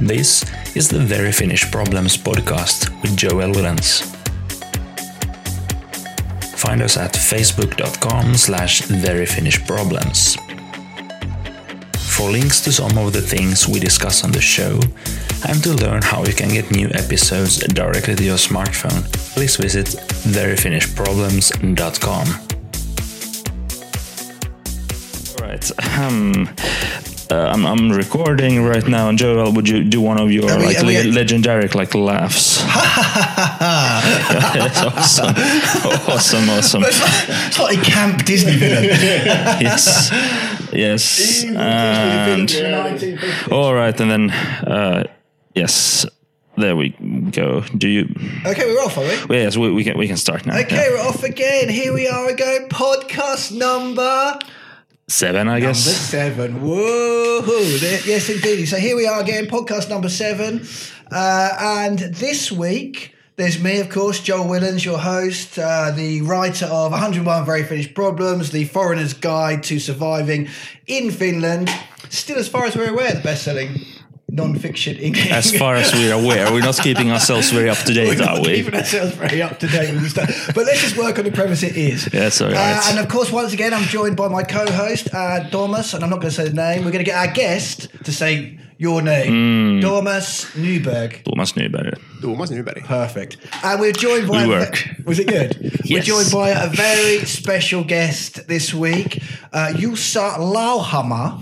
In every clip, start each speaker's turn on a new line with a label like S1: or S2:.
S1: This is the Very Finnish Problems podcast with Joel Lentz. Find us at facebook.com slash veryfinishproblems. For links to some of the things we discuss on the show and to learn how you can get new episodes directly to your smartphone, please visit veryfinishproblems.com. All right. Um, uh, I'm, I'm recording right now, and Joel, would you do one of your
S2: Are we-
S1: like
S2: are we-
S1: le- legendary like laughs? That's awesome, awesome, awesome.
S2: It's like a camp Disney villain.
S1: Yes, yes. Uh, And all right, and then uh, yes, there we go. Do you?
S2: okay, we're off, are we?
S1: well, Yes, we, we can we can start now.
S2: Okay,
S1: Yeah.
S2: we're off again. Here we are again. Podcast number
S1: seven, I
S2: number
S1: guess.
S2: seven. Whoa! Yes, indeed. So here we are again. Podcast number seven. Uh, and this week, there's me, of course, Joel Willens, your host, uh, the writer of 101 Very Finnish Problems, the Foreigner's Guide to Surviving in Finland. Still, as far as we're aware, the best-selling non-fiction English.
S1: As far as we're aware, we're not keeping ourselves very up to date,
S2: We're
S1: are
S2: not
S1: we?
S2: keeping ourselves very up to date with the stuff. But let's just work on the premise it is.
S1: Yeah, sorry,
S2: Uh,
S1: alright.
S2: and of course, once again, I'm joined by my co host, uh, Dormus, and I'm not going to say the name. We're going to get our guest to say your
S1: Hmm.
S2: name, Dormus Newberg.
S1: Thomas Nyberg.
S3: Thomas Nyberg.
S2: Perfect. And we're joined by.
S1: We work.
S2: Was it good?
S1: Yes.
S2: We're joined by a very special guest this week, uh, Yusa Lauhammer,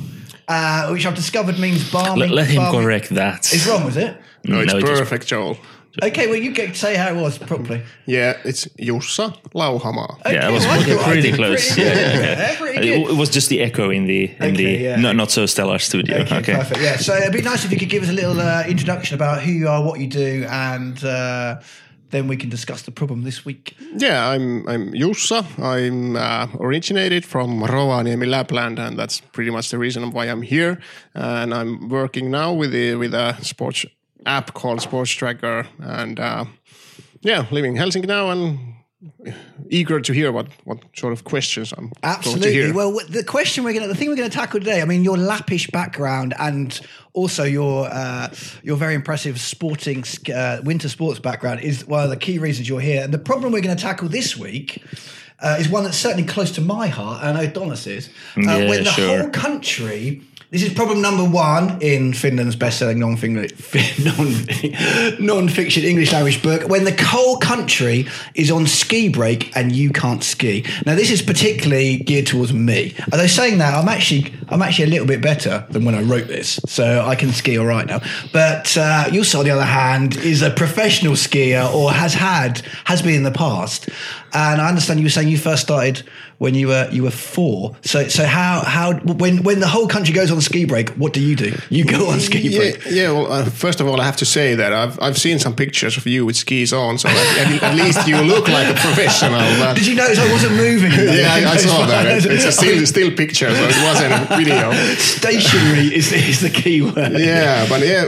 S2: uh, which I've discovered means barmy.
S1: Let, let him
S2: barmy-
S1: correct that.
S2: It's wrong, was it?
S3: No, it's
S1: No, it is-
S3: perfect, Joel.
S2: Okay, well, you can say how it was properly.
S3: Yeah, it's Jussa Lauhamaa.
S1: Yeah, that
S2: Okay,
S1: was
S2: well, I
S1: pretty,
S2: thought I did
S1: close.
S2: pretty
S1: yeah,
S2: good.
S1: yeah, yeah.
S2: Yeah, pretty
S1: Uh, It,
S2: good.
S1: it was just the echo in the in
S2: Okay,
S1: the
S2: yeah.
S1: no, not so stellar studio. Okay,
S2: Okay, perfect. Yeah, so it'd be nice if you could give us a little uh, introduction about who you are, what you do, and uh, then we can discuss the problem this week.
S3: Yeah, I'm I'm Jussa. I'm uh, originated from Rovaniemi, Lapland, and that's pretty much the reason why I'm here. And I'm working now with a, with a sports app called Sports Tracker, and uh, yeah, living in Helsinki now and eager to hear what what sort of questions I'm going to
S2: Absolutely.
S3: hear.
S2: Well, w- the question we're gonna, the thing we're gonna tackle today. I mean, your lappish background and also your uh, your very impressive sporting sk- uh, winter sports background is one of the key reasons you're here. And the problem we're gonna tackle this week. Uh, is one that's certainly close to my heart, and Adonis is. Uh,
S1: Yeah,
S2: when the
S1: sure.
S2: whole country, this is problem number one in Finland's best-selling non-Finglish, non, non-fiction English language book. When the whole country is on ski break and you can't ski. Now, this is particularly geared towards me. Although saying that, I'm actually I'm actually a little bit better than when I wrote this, so I can ski all right now. But uh, Yusa, on the other hand, is a professional skier or has had has been in the past. And I understand you were saying you first started when you were you were four. So so how how when when the whole country goes on ski break, what do you do? You go on ski
S3: Yeah,
S2: break.
S3: yeah. Well, uh, first of all, I have to say that I've I've seen some pictures of you with skis on, so at, at- at least you look like a professional. But
S2: Did you notice I wasn't moving?
S3: yeah, I, I saw that. It- It's a still still picture, so it wasn't a video.
S2: Stationary is, is the key word.
S3: Yeah, but yeah,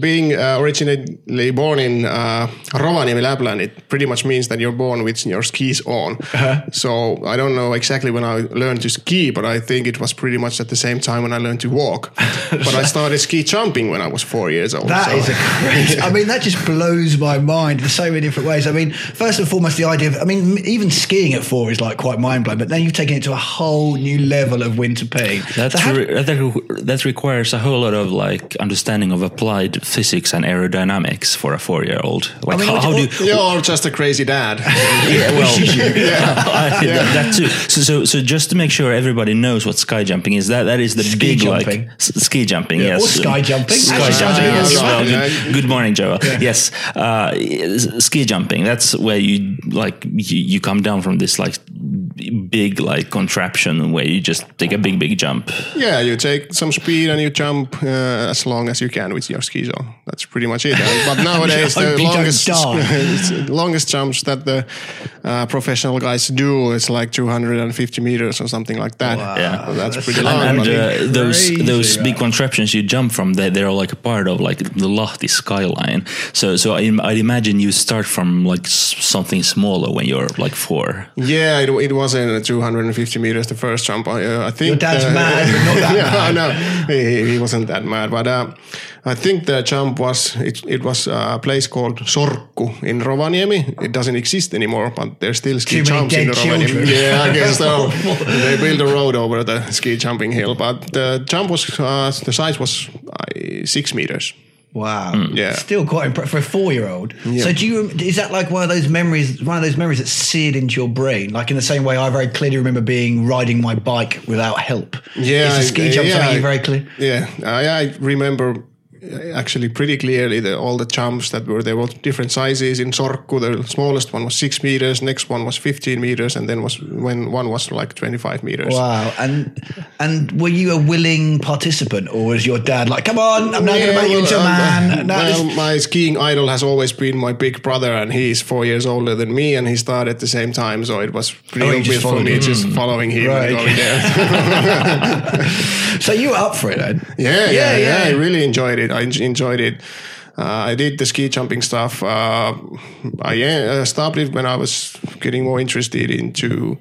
S3: being uh, originally born in uh, Rovaniemi, Lapland, it pretty much means that you're born with your skis on.
S2: Uh-huh.
S3: So I don't know exactly when I learned to ski, but I think it was pretty much at the same time when I learned to walk. but I started ski jumping when I was four years old.
S2: That
S3: so-
S2: is a crazy. I mean, that just blows my mind in so many different ways. I mean, first and foremost, the idea of, I mean, m- even skiing at four is like quite mind blowing, but then you've taken it to a whole new level of winter pain.
S1: That's
S2: So how-
S1: re- that, re- that requires a whole lot of like understanding of applied physics and aerodynamics for a four-year-old. Like
S2: mean,
S1: how,
S2: what-
S1: how do you,
S2: what-
S3: You're just a crazy dad.
S1: yeah, well, I- that- that too. So, so, so just to make sure everybody knows what sky jumping is, that that is the big
S2: jumping.
S1: like s- ski jumping, yes,
S2: or sky jumping.
S1: sky
S2: Actually,
S1: jumping.
S2: sounds
S1: as
S3: good.
S1: well.
S3: Yeah.
S1: Good, good morning, Joel. Yes, uh, s- ski jumping. That's where you like you, you come down from this like big like contraption where you just take a big big jump.
S3: Yeah, you take some speed and you jump uh, as long as you can with your skis on. That's pretty much it. And- but nowadays,
S2: hope
S3: the
S2: you don't
S3: longest
S2: die.
S3: it's the longest jumps that the uh, professional guys do is like 250 meters or something like that.
S1: Yeah.
S3: So that's,
S2: That's
S3: pretty
S2: so
S3: long.
S1: and
S3: but-
S1: uh, those
S2: Crazy,
S1: those
S2: man.
S1: big contraptions you jump from they, they're like a part of like the lofty skyline so so I, i'd imagine you start from like s- something smaller when you're like four
S3: yeah, it, it wasn't 250 meters the first jump. I, uh, I think
S2: dad's
S3: uh,
S2: mad, but not that
S3: yeah, I know. He, he wasn't that mad, but. Uh, I think the jump was it, it was a place called Sorku in Rovaniemi. It doesn't exist anymore, but there's still ski
S2: Too many
S3: jumps in
S2: dead
S3: Rovaniemi.
S2: children.
S3: Yeah, I guess so. they built a road over the ski jumping hill, but the jump was uh, the size was uh, six meters.
S2: Wow.
S1: Mm.
S3: Yeah.
S2: Still quite impressive for a four-year-old. So do you? Is that like one of those memories? One of those memories that's seared into your brain, like in the same way I very clearly remember being riding my bike without help. Is the ski jump
S3: yeah,
S2: something you very clear?
S3: Yeah, I, I remember uh, actually pretty clearly the, all the jumps that were there were different sizes in Sorku. The smallest one was six meters, next one was fifteen meters, and then was when one was like twenty-five meters.
S2: Wow. And and were you a willing participant, or was your dad like, "Come on, I'm now going to
S3: Yeah,
S2: make you
S3: well,
S2: into a
S3: um,
S2: man"? No,
S3: well,
S2: this-
S3: my skiing idol has always been my big brother, and he's four years older than me, and he started at the same time, so it was pretty
S2: Oh, you Hmm. just
S3: obvious for
S2: followed
S3: me
S2: him.
S3: just following him and
S2: Right.
S3: going there.
S2: so you were up for it then?
S3: Yeah, yeah, yeah,
S2: yeah.
S3: I really enjoyed it. I en- enjoyed it. Uh, I did the ski jumping stuff. Uh, I uh, stopped it when I was getting more interested into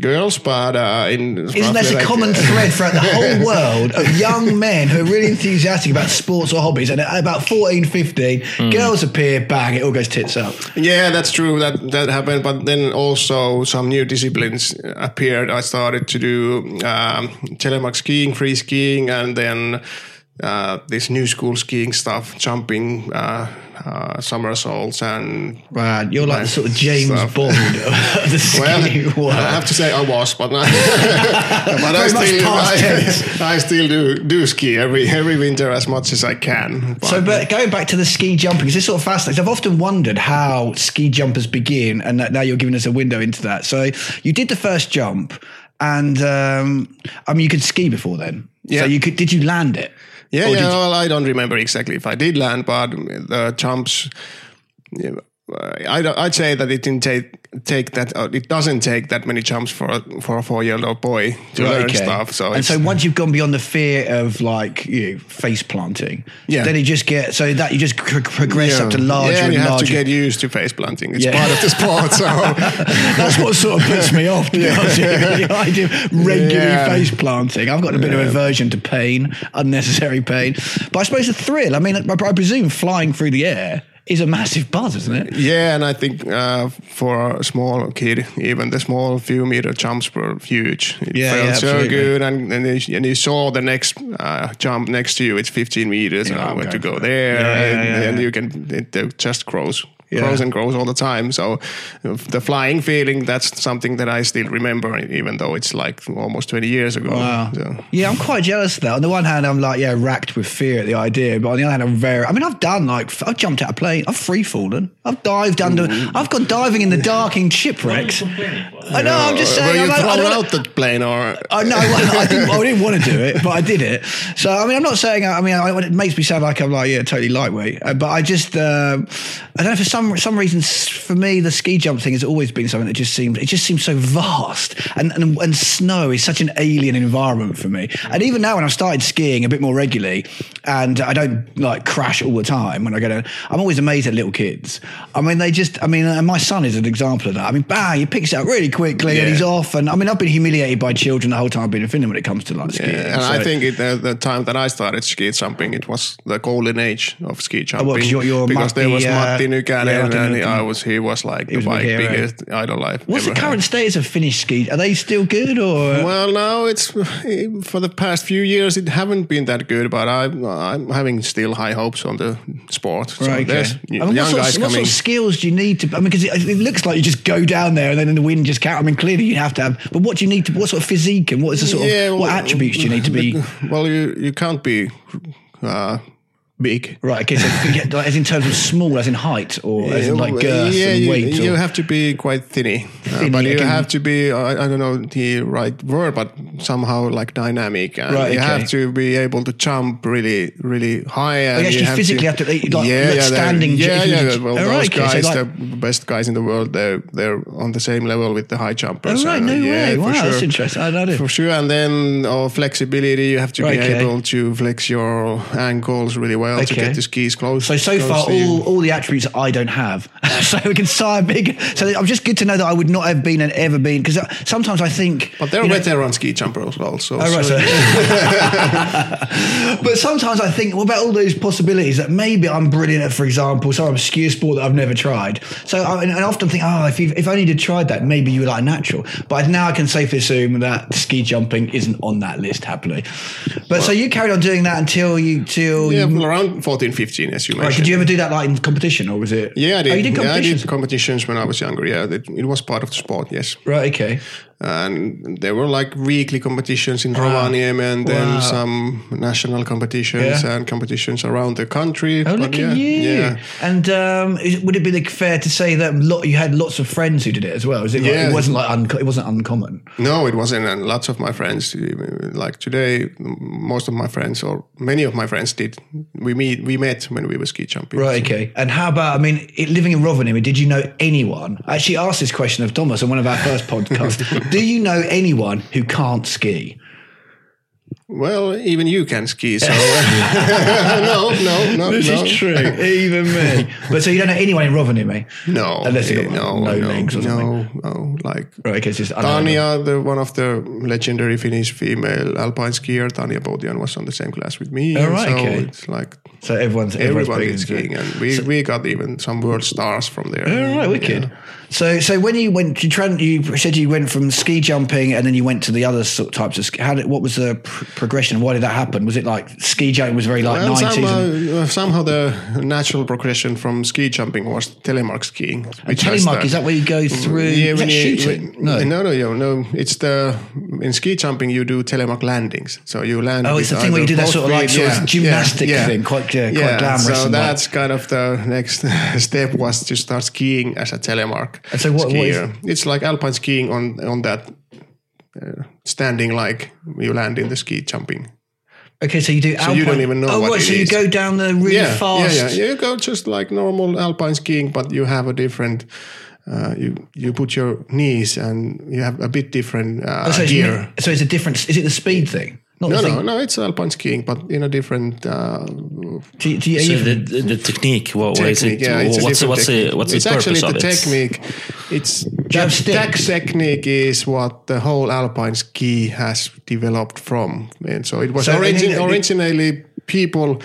S3: girls, but uh, in uh,
S2: Isn't that a common thread throughout the whole world of young men who are really enthusiastic about sports or hobbies? And at about 14, 15,
S3: Hmm.
S2: girls appear, bang, it all goes tits up.
S3: Yeah, that's true. That that happened, but then also some new disciplines appeared. I started to do um, telemark skiing, free skiing, and then uh, this new school skiing stuff, jumping, uh, uh, somersaults, and
S2: Man, you're like the sort of James
S3: Stuff.
S2: Bond of the ski
S3: Well,
S2: world.
S3: I have to say I was, but, not, but I
S2: Very much
S3: still
S2: past
S3: I,
S2: tense.
S3: I still do do ski every every winter as much as I can. But
S2: So, but going back to the ski jumping, because this sort of fascinates. I've often wondered how ski jumpers begin, and that now you're giving us a window into that. So, you did the first jump, and um, I mean, you could ski before then.
S3: Yeah.
S2: So, you could. Did you land it?
S3: yeah,
S2: Or did
S3: yeah,
S2: you-
S3: well, I don't remember exactly if I did land, but the jumps. yeah, I don't- I'd say that it didn't take take that. Uh, it doesn't take that many jumps for a, for a four year old boy to learn
S2: Okay.
S3: stuff. So
S2: and
S3: it's,
S2: so once you've gone beyond the fear of like you know, face planting,
S3: Yeah.
S2: then you just get so that you just pro- progress
S3: yeah.
S2: up to larger
S3: yeah, and
S2: and
S3: you have
S2: larger.
S3: to get used to face planting. It's
S2: Yeah.
S3: part of the sport. So
S2: That's what sort of puts me off. To be honest with you. The idea of regular
S3: Yeah.
S2: face planting. I've got a bit of aversion to pain, unnecessary pain. But I suppose the thrill. I mean, I, I presume flying through the air is a massive buzz, isn't it?
S3: Yeah, and I think uh, for a small kid, even the small few meter jumps were huge. It
S2: Yeah,
S3: felt
S2: yeah,
S3: so
S2: absolutely.
S3: good, and and you, and you saw the next uh, jump next to you. It's 15 meters, and
S2: Yeah,
S3: I
S2: I'm
S3: want to
S2: going
S3: go
S2: for it.
S3: there,
S2: Yeah, yeah,
S3: and,
S2: yeah,
S3: and
S2: yeah.
S3: you can it uh, just grows.
S2: Yeah.
S3: Grows and grows all the time. So uh, the flying feeling, that's something that I still remember, even though it's like almost 20 years ago. So-
S2: Yeah, I'm quite jealous of that. On the one hand, I'm like, yeah, racked with fear at the idea, but on the other hand, I'm very. I mean, I've done like, f- I've jumped out of plane, I've free fallen, I've dived under, I've gone diving in the dark in shipwrecks. I know. I'm just saying.
S3: Were you
S2: I'm, I
S3: thrown
S2: don't-
S3: out the plane or?
S2: Oh no, I, I didn't, I didn't want to do it, but I did it. So I mean, I'm not saying. I mean, I, it makes me sound like I'm like yeah, totally lightweight. Uh, but I just, um I don't know for some some reason s- for me the ski jump thing has always been something that just seemed it just seems so vast, and and, and snow is such an alien environment for me. And even now when I've started skiing a bit more regularly, and I don't like crash all the time when I go to, I'm always amazed at little kids. I mean, they just, I mean, and my son is an example of that. I mean, bang, he picks it up really quickly and
S3: Yeah.
S2: he's off. And I mean, I've been humiliated by children the whole time I've been in Finland when it comes to like skiing.
S3: Yeah, and I
S2: So-
S3: think it, uh, the time that I started ski jumping, it was the golden age of ski jumping.
S2: Oh, 'cause you're- you're
S3: because there
S2: Matti,
S3: was
S2: uh,
S3: Matti
S2: yeah,
S3: Nykänen,
S2: Matti
S3: and
S2: Nykänen.
S3: I was he was like the
S2: was a
S3: bike
S2: big hero.
S3: biggest idol life.
S2: What's the current status of Finnish ski? Are they still good or?
S3: Well, now it's for the past few years it haven't been that good, but I'm I'm having still high hopes on the sport. So
S2: Right, okay.
S3: there's
S2: I mean,
S3: young
S2: what sort of-
S3: guys
S2: what
S3: coming.
S2: sort of skills do you need to? I mean, because it, it looks like you just go down there and then the wind just catch. I mean, clearly you have to have. But what do you need to? What sort of physique and what is the sort
S3: Yeah,
S2: of
S3: well,
S2: what attributes do you need to be?
S3: well, you you can't be uh, big.
S2: Right, okay, so you get, like, as in terms of small, as in height, or as in like girth
S3: yeah,
S2: and
S3: you,
S2: weight.
S3: you
S2: or,
S3: have to be quite thinny, Uh,
S2: Thinny,
S3: but you
S2: okay.
S3: have to be uh, I, I don't know the right word, but somehow like dynamic. And
S2: Right,
S3: you
S2: okay. Oh,
S3: have to be able to jump really, really high. And
S2: actually
S3: you have
S2: physically have to, like, like
S3: they're-
S2: standing j-
S3: Yeah,
S2: if you
S3: yeah.
S2: just-
S3: Well,
S2: Oh,
S3: those
S2: right, okay, so
S3: guys,
S2: like-
S3: the best guys in the world, they're they're on the same level with the high jumpers.
S2: oh, right,
S3: and,
S2: no
S3: yeah,
S2: way.
S3: for
S2: Wow, that's
S3: sure.
S2: interesting. I don't know.
S3: For sure, and then oh, uh, flexibility, you have to
S2: Right,
S3: be
S2: okay.
S3: able to flex your ankles really well to
S2: Okay.
S3: get the skis close.
S2: So so
S3: close
S2: far,
S3: to you.
S2: all, all the attributes I don't have. so we can start big. So I'm just good to know that I would not have been and ever been because sometimes I think.
S3: But they're
S2: you know-
S3: veteran ski jumpers also.
S2: Oh, right,
S3: so-
S2: so- but sometimes I think, what about all those possibilities that maybe I'm brilliant at, for example, some obscure sport that I've never tried. So I, and I often think, oh, if, you if only you'd tried that, maybe you were like a natural. But now I can safely assume that ski jumping isn't on that list, happily. But so you carried on doing that until you, till
S3: yeah,
S2: you
S3: well, around 14, 15, as you
S2: Right,
S3: mentioned.
S2: did you ever do that like in competition, or was it?
S3: yeah, I did.
S2: Oh, you did
S3: yeah, I
S2: competitions.
S3: did competitions when I was younger. Yeah, it, it was part of the sport. Yes.
S2: Right. Okay.
S3: and there were like weekly competitions in Rovaniemi and then
S2: Ah. Wow.
S3: some national competitions
S2: Yeah.
S3: and competitions around the country.
S2: Oh,
S3: But
S2: look
S3: yeah,
S2: at you!
S3: Yeah.
S2: And um, is, would it be like, fair to say that lot, you had lots of friends who did it as well? Is it like,
S3: Yeah.
S2: It wasn't like unco- it wasn't uncommon.
S3: No, it wasn't. And lots of my friends, like today, m- most of my friends or many of my friends did. We meet, we met when we were ski jumping.
S2: Right. Okay. And how about? I mean, it, living in Rovaniemi, did you know anyone? I actually asked this question of Thomas on one of our first podcasts. Do you know anyone who can't ski?
S3: Well, even you can ski. So no, no, no, no.
S2: even me. But so you don't know anyone in Rovaniemi?
S3: No,
S2: Unless you
S3: eh,
S2: got
S3: no,
S2: no
S3: no,
S2: legs or
S3: no, no, like
S2: Right. Okay. It's just unheard of.
S3: Tanya, the one of the legendary Finnish female alpine skier, Tanya Boutian, was on the same class with me.
S2: Oh,
S3: and
S2: right,
S3: so
S2: okay.
S3: it's like
S2: So everyone's everyone's
S3: everyone
S2: big
S3: is
S2: into it.
S3: skiing, and we, we got even some world stars from there.
S2: All Oh, right, wicked.
S3: Yeah.
S2: So, so when you went, you, tran you said you went from ski jumping, and then you went to the other sort of types of. Ski. How did, what was the pr- progression? Why did that happen? Was it like ski jumping was very like
S3: And
S2: nineties?
S3: somehow, uh, somehow the natural progression from ski jumping was telemark skiing. which has
S2: telemark
S3: the-
S2: is that where you go through?
S3: Yeah,
S2: is
S3: when
S2: that
S3: you-
S2: shooting?
S3: when-
S2: no.
S3: no, no, yeah, no. It's the in ski jumping you do telemark landings. So you land.
S2: Oh, it's
S3: with
S2: the thing where you
S3: either
S2: do that
S3: both
S2: sort of like
S3: feet,
S2: sort of gymnastic thing, quite, uh, quite glamorous
S3: So
S2: and like-
S3: that's kind of the next step was to start skiing as a telemark
S2: And so what- what is-
S3: skier. it's like alpine skiing on on that uh, standing like you land in the ski jumping.
S2: Okay, so you do.
S3: you don't even know
S2: Oh,
S3: what
S2: right.
S3: it
S2: so you
S3: is.
S2: go down the really
S3: yeah,
S2: fast.
S3: yeah, yeah. You go just like normal alpine skiing, but you have a different. Uh, you you put your knees and you have a bit different uh,
S2: Oh, So it's,
S3: gear.
S2: so it's a difference. Is it the speed thing? Not
S3: No,
S2: the
S3: no,
S2: thing.
S3: no. It's alpine skiing, but in a different. Uh,
S2: Do, you- do you,
S1: So
S2: you-
S1: the, the the technique, what, what is
S3: technique.
S1: it?
S3: Yeah, it's a
S1: what's
S3: different
S1: what's the
S3: technique.
S1: what's
S3: it's
S1: the
S3: actually
S1: purpose
S3: the
S1: of it?
S3: technique. It's
S2: Jab
S3: that,
S2: stick.
S3: that technique is what the whole alpine ski has developed from, and so it was
S2: So,
S3: origin,
S2: and it-
S3: originally people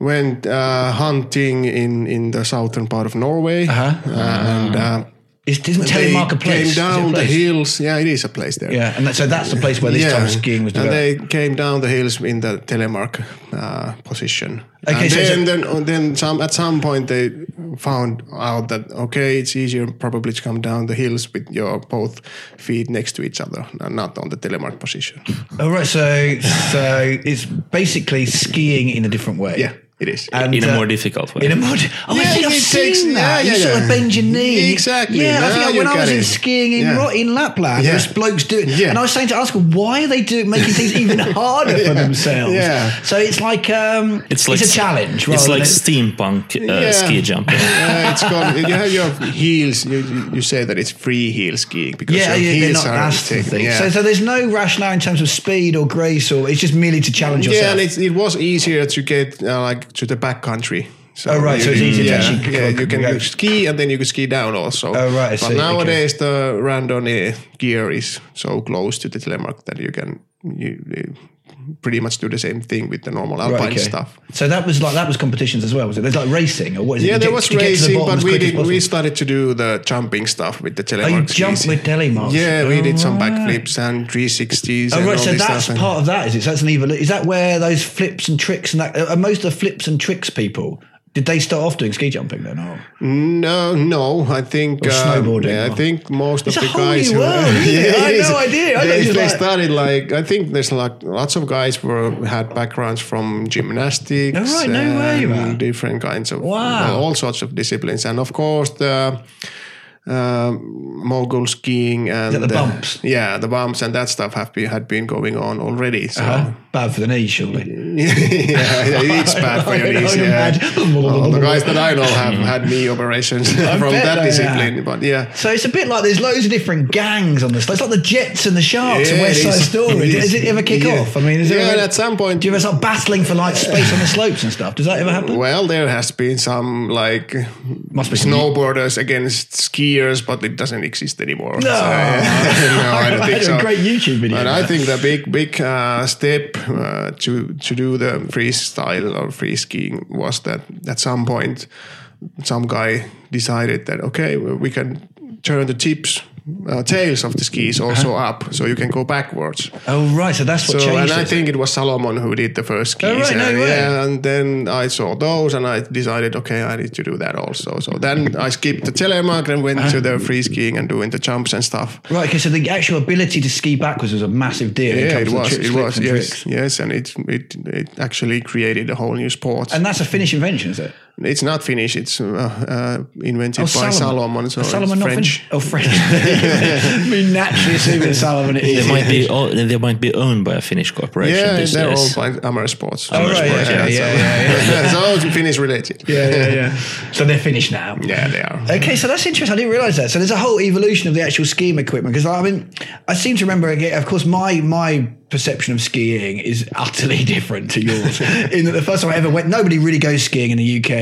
S3: went uh, hunting in in the southern part of Norway,
S1: Uh-huh.
S3: and. Uh,
S2: is, isn't telemark a
S3: they
S2: place?
S3: came
S2: Is it a
S3: down the
S2: place?
S3: hills. Yeah, it is a place there.
S2: Yeah, and that, so that's the place where this type of skiing was
S3: and
S2: developed.
S3: they came down the hills in the telemark uh, position.
S2: Okay,
S3: and
S2: so-
S3: then, then, then some, at some point they found out that okay, it's easier probably to come down the hills with your both feet next to each other, and not on the telemark position.
S2: All Oh, right, so so it's basically skiing in a different way.
S3: Yeah, it is.
S2: And,
S1: in a
S2: uh,
S1: more difficult way.
S2: in a more. di- Oh, I
S3: Yeah,
S2: think I've
S3: it
S2: seen
S3: takes-
S2: that.
S3: yeah,
S2: you
S3: yeah,
S2: sort of
S3: yeah.
S2: bend your knee.
S3: Exactly.
S2: Yeah, I
S3: Now
S2: think I-
S3: you
S2: when I was
S3: get
S2: in
S3: it.
S2: skiing in
S3: Yeah.
S2: Ro- in Lapland,
S3: Yeah.
S2: there's blokes doing.
S3: Yeah.
S2: And I was saying to ask, why are they doing making things even harder for themselves?
S3: Yeah.
S2: So it's like um, it's like a challenge.
S1: It's
S2: rather
S1: like
S2: than-
S1: steampunk uh,
S3: Yeah.
S1: ski jumping.
S3: Uh, it's called. You have your heels. You, you say that it's free heel skiing because
S2: yeah,
S3: your
S2: yeah, they're
S3: heels
S2: not
S3: are
S2: that's the
S3: taken-
S2: thing.
S3: yeah.
S2: So, so there's no rationale in terms of speed or grace, or it's just merely to challenge yourself.
S3: Yeah, and it, it was easier to get uh, like to the back country. So
S2: Oh, right, so it's easier to
S3: yeah,
S2: actually
S3: yeah,
S2: go-
S3: you can
S2: go-
S3: ski and then you can ski down also.
S2: Oh, right, I
S3: But
S2: see,
S3: nowadays the random uh, gear is so close to the telemark that you can you, you pretty much do the same thing with the normal alpine
S2: Right, okay.
S3: stuff.
S2: So that was like that was competitions as well, was it? There's like racing or what is it?
S3: Yeah,
S2: To
S3: there
S2: get-
S3: was
S2: to get to the
S3: racing,
S2: bottom
S3: but
S2: as
S3: we
S2: quick as
S3: did we
S2: possible.
S3: started to do the jumping stuff with the telemark.
S2: Oh, you
S3: skis.
S2: jump with telemarks.
S3: Yeah, we did some
S2: Alright.
S3: backflips and 360s
S2: Oh
S3: and
S2: right,
S3: all
S2: so
S3: this
S2: that's
S3: stuff. and-
S2: part of that, is it? So that's an evolu Is that where those flips and tricks and that? Are most of the flips and tricks people? Did they start off doing ski jumping then? Or?
S3: No, no. I think
S2: Or
S3: um,
S2: snowboarding,
S3: yeah, I
S2: or-
S3: think most
S2: It's
S3: of
S2: a
S3: the
S2: whole
S3: guys
S2: new
S3: who-
S2: world, isn't it? I had
S3: it is.
S2: no idea. I thought it
S3: they
S2: was
S3: they
S2: like-
S3: started like I think there's like lots of guys were had backgrounds from gymnastics,
S2: Oh, right, no way,
S3: and
S2: man.
S3: different kinds of
S2: Wow.
S3: well, all sorts of disciplines, and of course the. Um, mogul skiing and uh,
S2: that the bumps? Uh-huh.
S3: yeah, the bumps and that stuff have been had been going on already. So
S2: Bad for the knee, surely.
S3: yeah, yeah, it's bad for your
S2: I
S3: knees.
S2: can
S3: Yeah.
S2: imagine.
S3: All the guys that I know have had knee operations from
S2: bet
S3: that
S2: they
S3: discipline.
S2: have.
S3: But yeah,
S2: So it's a bit like there's loads of different gangs on this. It's like the Jets and the Sharks and
S3: Yeah,
S2: West
S3: it
S2: Side
S3: is.
S2: Story.
S3: It
S2: Does
S3: is.
S2: it ever kick
S3: Yeah.
S2: off? I mean, is there
S3: Yeah,
S2: ever-
S3: at some point-
S2: do you ever start battling for like space on the slopes and stuff? Does that ever happen?
S3: well, there has been some like
S2: Must be some-
S3: snowboarders against skiers, but it doesn't exist anymore. So, no, I don't think
S2: That's a
S3: so.
S2: great YouTube video.
S3: But I think the big, big uh, step uh, to to do the freestyle or free skiing was that at some point, some guy decided that okay, we can turn the tips, uh, tails of the skis also
S2: Uh-huh.
S3: up, so you can go backwards.
S2: Oh right, so that's what
S3: So,
S2: changed
S3: and I
S2: it.
S3: think it was Salomon who did the first skis.
S2: Oh, right, no
S3: and,
S2: way.
S3: yeah, and then I saw those and I decided, okay, I need to do that also. So then I skipped the telemark and went to the free skiing and doing the jumps and stuff.
S2: Right, because so the actual ability to ski backwards was a massive deal. when
S3: Yeah,
S2: comes
S3: it
S2: to
S3: was.
S2: tricks,
S3: It
S2: flips
S3: was.
S2: and
S3: Yes,
S2: tricks.
S3: yes, and it, it it actually created a whole new sport.
S2: And that's a Finnish invention, is it?
S3: it's not Finnish. It's uh, uh, invented
S2: Oh,
S3: by Salomon. So
S2: Is Salomon
S3: it's
S2: not
S3: French.
S2: Finnish? Oh, French. we naturally assume it's Salomon. It
S1: They
S2: is.
S1: might be o- they might be owned by a Finnish corporation.
S3: Yeah,
S1: these
S3: they're all
S1: days.
S3: by Amateur Sports.
S2: Oh,
S1: Finnish
S2: right,
S1: words,
S2: yeah, yeah,
S1: yeah,
S2: yeah,
S3: so,
S2: yeah, yeah.
S3: so it's Finnish related.
S2: yeah, yeah, yeah. So they're finished now.
S3: yeah, they are.
S2: Okay, so that's interesting. I didn't realize that. So there's a whole evolution of the actual skiing equipment because I mean, I seem to remember again. Of course, my my perception of skiing is utterly different to yours. in that the first time I ever went, nobody really goes skiing in the UK,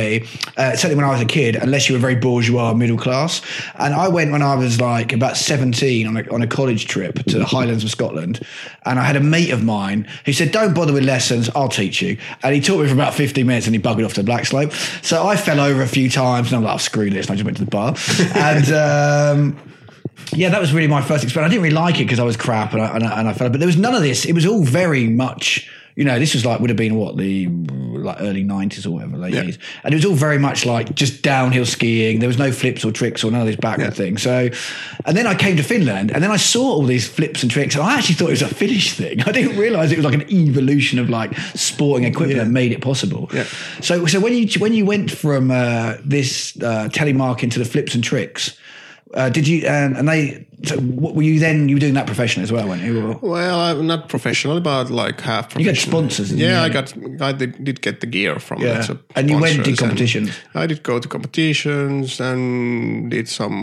S2: uh, certainly when I was a kid, unless you were very bourgeois, middle class. And I went when I was like about 17 on a, on a college trip to the Highlands of Scotland, and I had a mate of mine who said, "Don't bother with lessons. I'll teach you." And he taught me for about 15 minutes, and he buggered off to the black slope. So I fell over a few times, and I'm like, oh, "Screw this!" And I just went to the bar, and. Um, yeah, that was really my first experience. I didn't really like it because I was crap and I, and, I, and I fell. But there was none of this. It was all very much, you know, this was like, would have been what, the like early 90s or whatever, late
S3: Yeah.
S2: 80s. And it was all very much like just downhill skiing. There was no flips or tricks or none of this backward thing. So, and then I came to Finland and then I saw all these flips and tricks. And I actually thought it was a Finnish thing. I didn't realize it was like an evolution of like sporting equipment that made it possible.
S3: Yeah.
S2: So, so when you when you went from uh, this uh, telemarking to the flips and tricks, uh, did you and, and they? So what were you then? You were doing that professionally as well, weren't you? Or-
S3: Well, I'm not professional, but like half professional.
S2: got sponsors, didn't
S3: Yeah,
S2: you?
S3: I got I did, did get the gear from
S2: Yeah.
S3: lots of
S2: And you went to
S3: sponsors and
S2: competitions?
S3: I did go to competitions and did some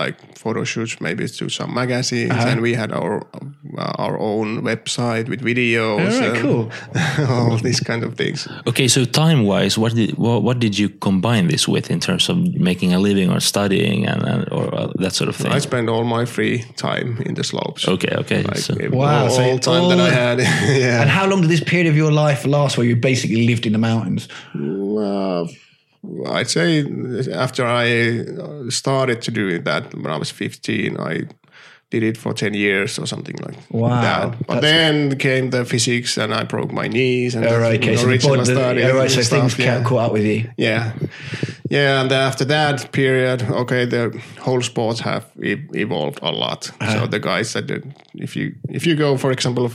S3: like photo shoots, maybe to some magazines,
S2: Uh-huh.
S3: and we had our uh, our own website with videos.
S2: All right,
S3: and
S2: cool.
S3: all these kind of things.
S1: Okay, so time wise, what did what, what did you combine this with in terms of making a living or studying and, and or uh, that sort of thing?
S3: I spent all my free time in the slopes.
S1: okay, okay.
S3: Like,
S1: so,
S2: Wow,
S3: all,
S2: so
S3: all time that
S2: all-
S3: I had. yeah.
S2: And how long did this period of your life last, where you basically lived in the mountains?
S3: Uh, I'd say after I uh, started to do that when I was 15, I did it for 10 years or something like
S2: Wow,
S3: that. But
S2: that's-
S3: then came the physics and I broke my knees and
S2: All right, Oh, okay, so the
S3: original
S2: bond-
S3: study
S2: all right,
S3: and
S2: so
S3: stuff,
S2: things
S3: yeah.
S2: ca- caught up with you.
S3: Yeah. Yeah, and then after that period, okay, the whole sports have e- evolved a lot.
S2: Uh-huh.
S3: So the guys that did- if you if you go, for example,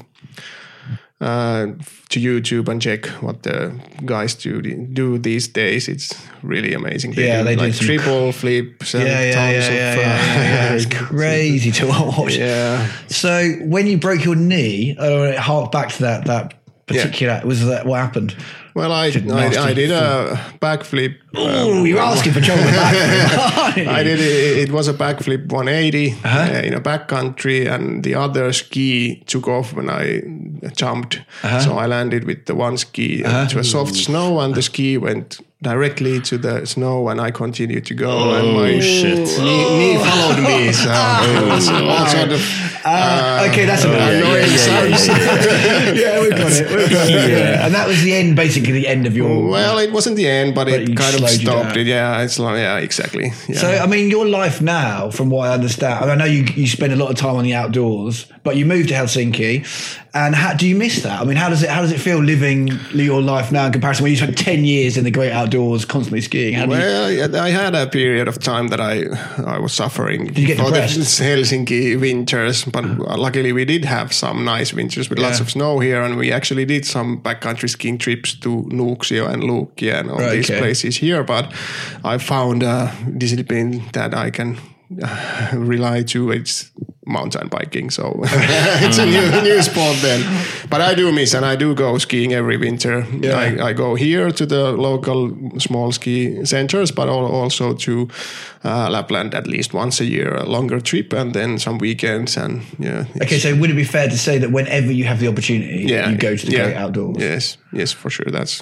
S3: uh, to YouTube and check what the guys do do these days, it's really amazing. They
S2: Yeah,
S3: do
S2: they do
S3: like
S2: some-
S3: triple flips and
S2: Yeah, yeah,
S3: tons
S2: yeah, yeah,
S3: of. uh,
S2: yeah, yeah. It's crazy to watch.
S3: yeah.
S2: So when you broke your knee, or it harked back to that that particular, was that what happened?
S3: Well, I I, I did a backflip.
S2: Oh, you're asking for trouble. with that.
S3: I did. It, it was a backflip 180
S2: Uh-huh.
S3: uh, in a backcountry, and the other ski took off when I jumped.
S2: Uh-huh.
S3: So I landed with the one ski to a soft
S2: Mm.
S3: snow, and the ski went directly to the snow, and I continued to go, and my
S1: Oh, shit.
S2: Oh.
S3: knee, knee followed me. So it was all sort of
S2: Uh, okay, that's a bit
S3: annoying
S2: annoying.
S3: sounds.
S2: Yeah, we've got it. We've got it. Yeah. And that was the end, basically the end of your.
S3: Well, it wasn't the end, but,
S2: you
S3: it kind of
S2: slowed you
S3: stopped
S2: down.
S3: it. Yeah, it's like, yeah, exactly. Yeah.
S2: so, I mean, your life now, from what I understand, I, mean, I know you, you spend a lot of time on the outdoors, but you moved to Helsinki. And how, do you miss that? I mean, how does it how does it feel living your life now in comparison when you spent 10 years in the great outdoors, constantly skiing? How do you,
S3: Well, yeah, I had a period of time that I I was suffering
S2: you get
S3: for the
S2: depressed? Ah.
S3: Helsinki winters, but luckily we did have some nice winters with lots
S2: Yeah.
S3: of snow here, and we actually did some backcountry skiing trips to Nuuksio and Luukia and all
S2: Right,
S3: these
S2: okay.
S3: places here. But I found a discipline that I can rely uh, to. It's mountain biking, so it's a new, new sport then. But I do miss, and I do go skiing every winter.
S2: Yeah.
S3: I, I go here to the local small ski centers, but al- also to uh, Lapland at least once a year, a longer trip, and then some weekends. And yeah,
S2: Okay, so would it be fair to say that whenever you have the opportunity,
S3: yeah,
S2: you go to the
S3: yeah,
S2: great outdoors?
S3: Yes, yes, for sure. That's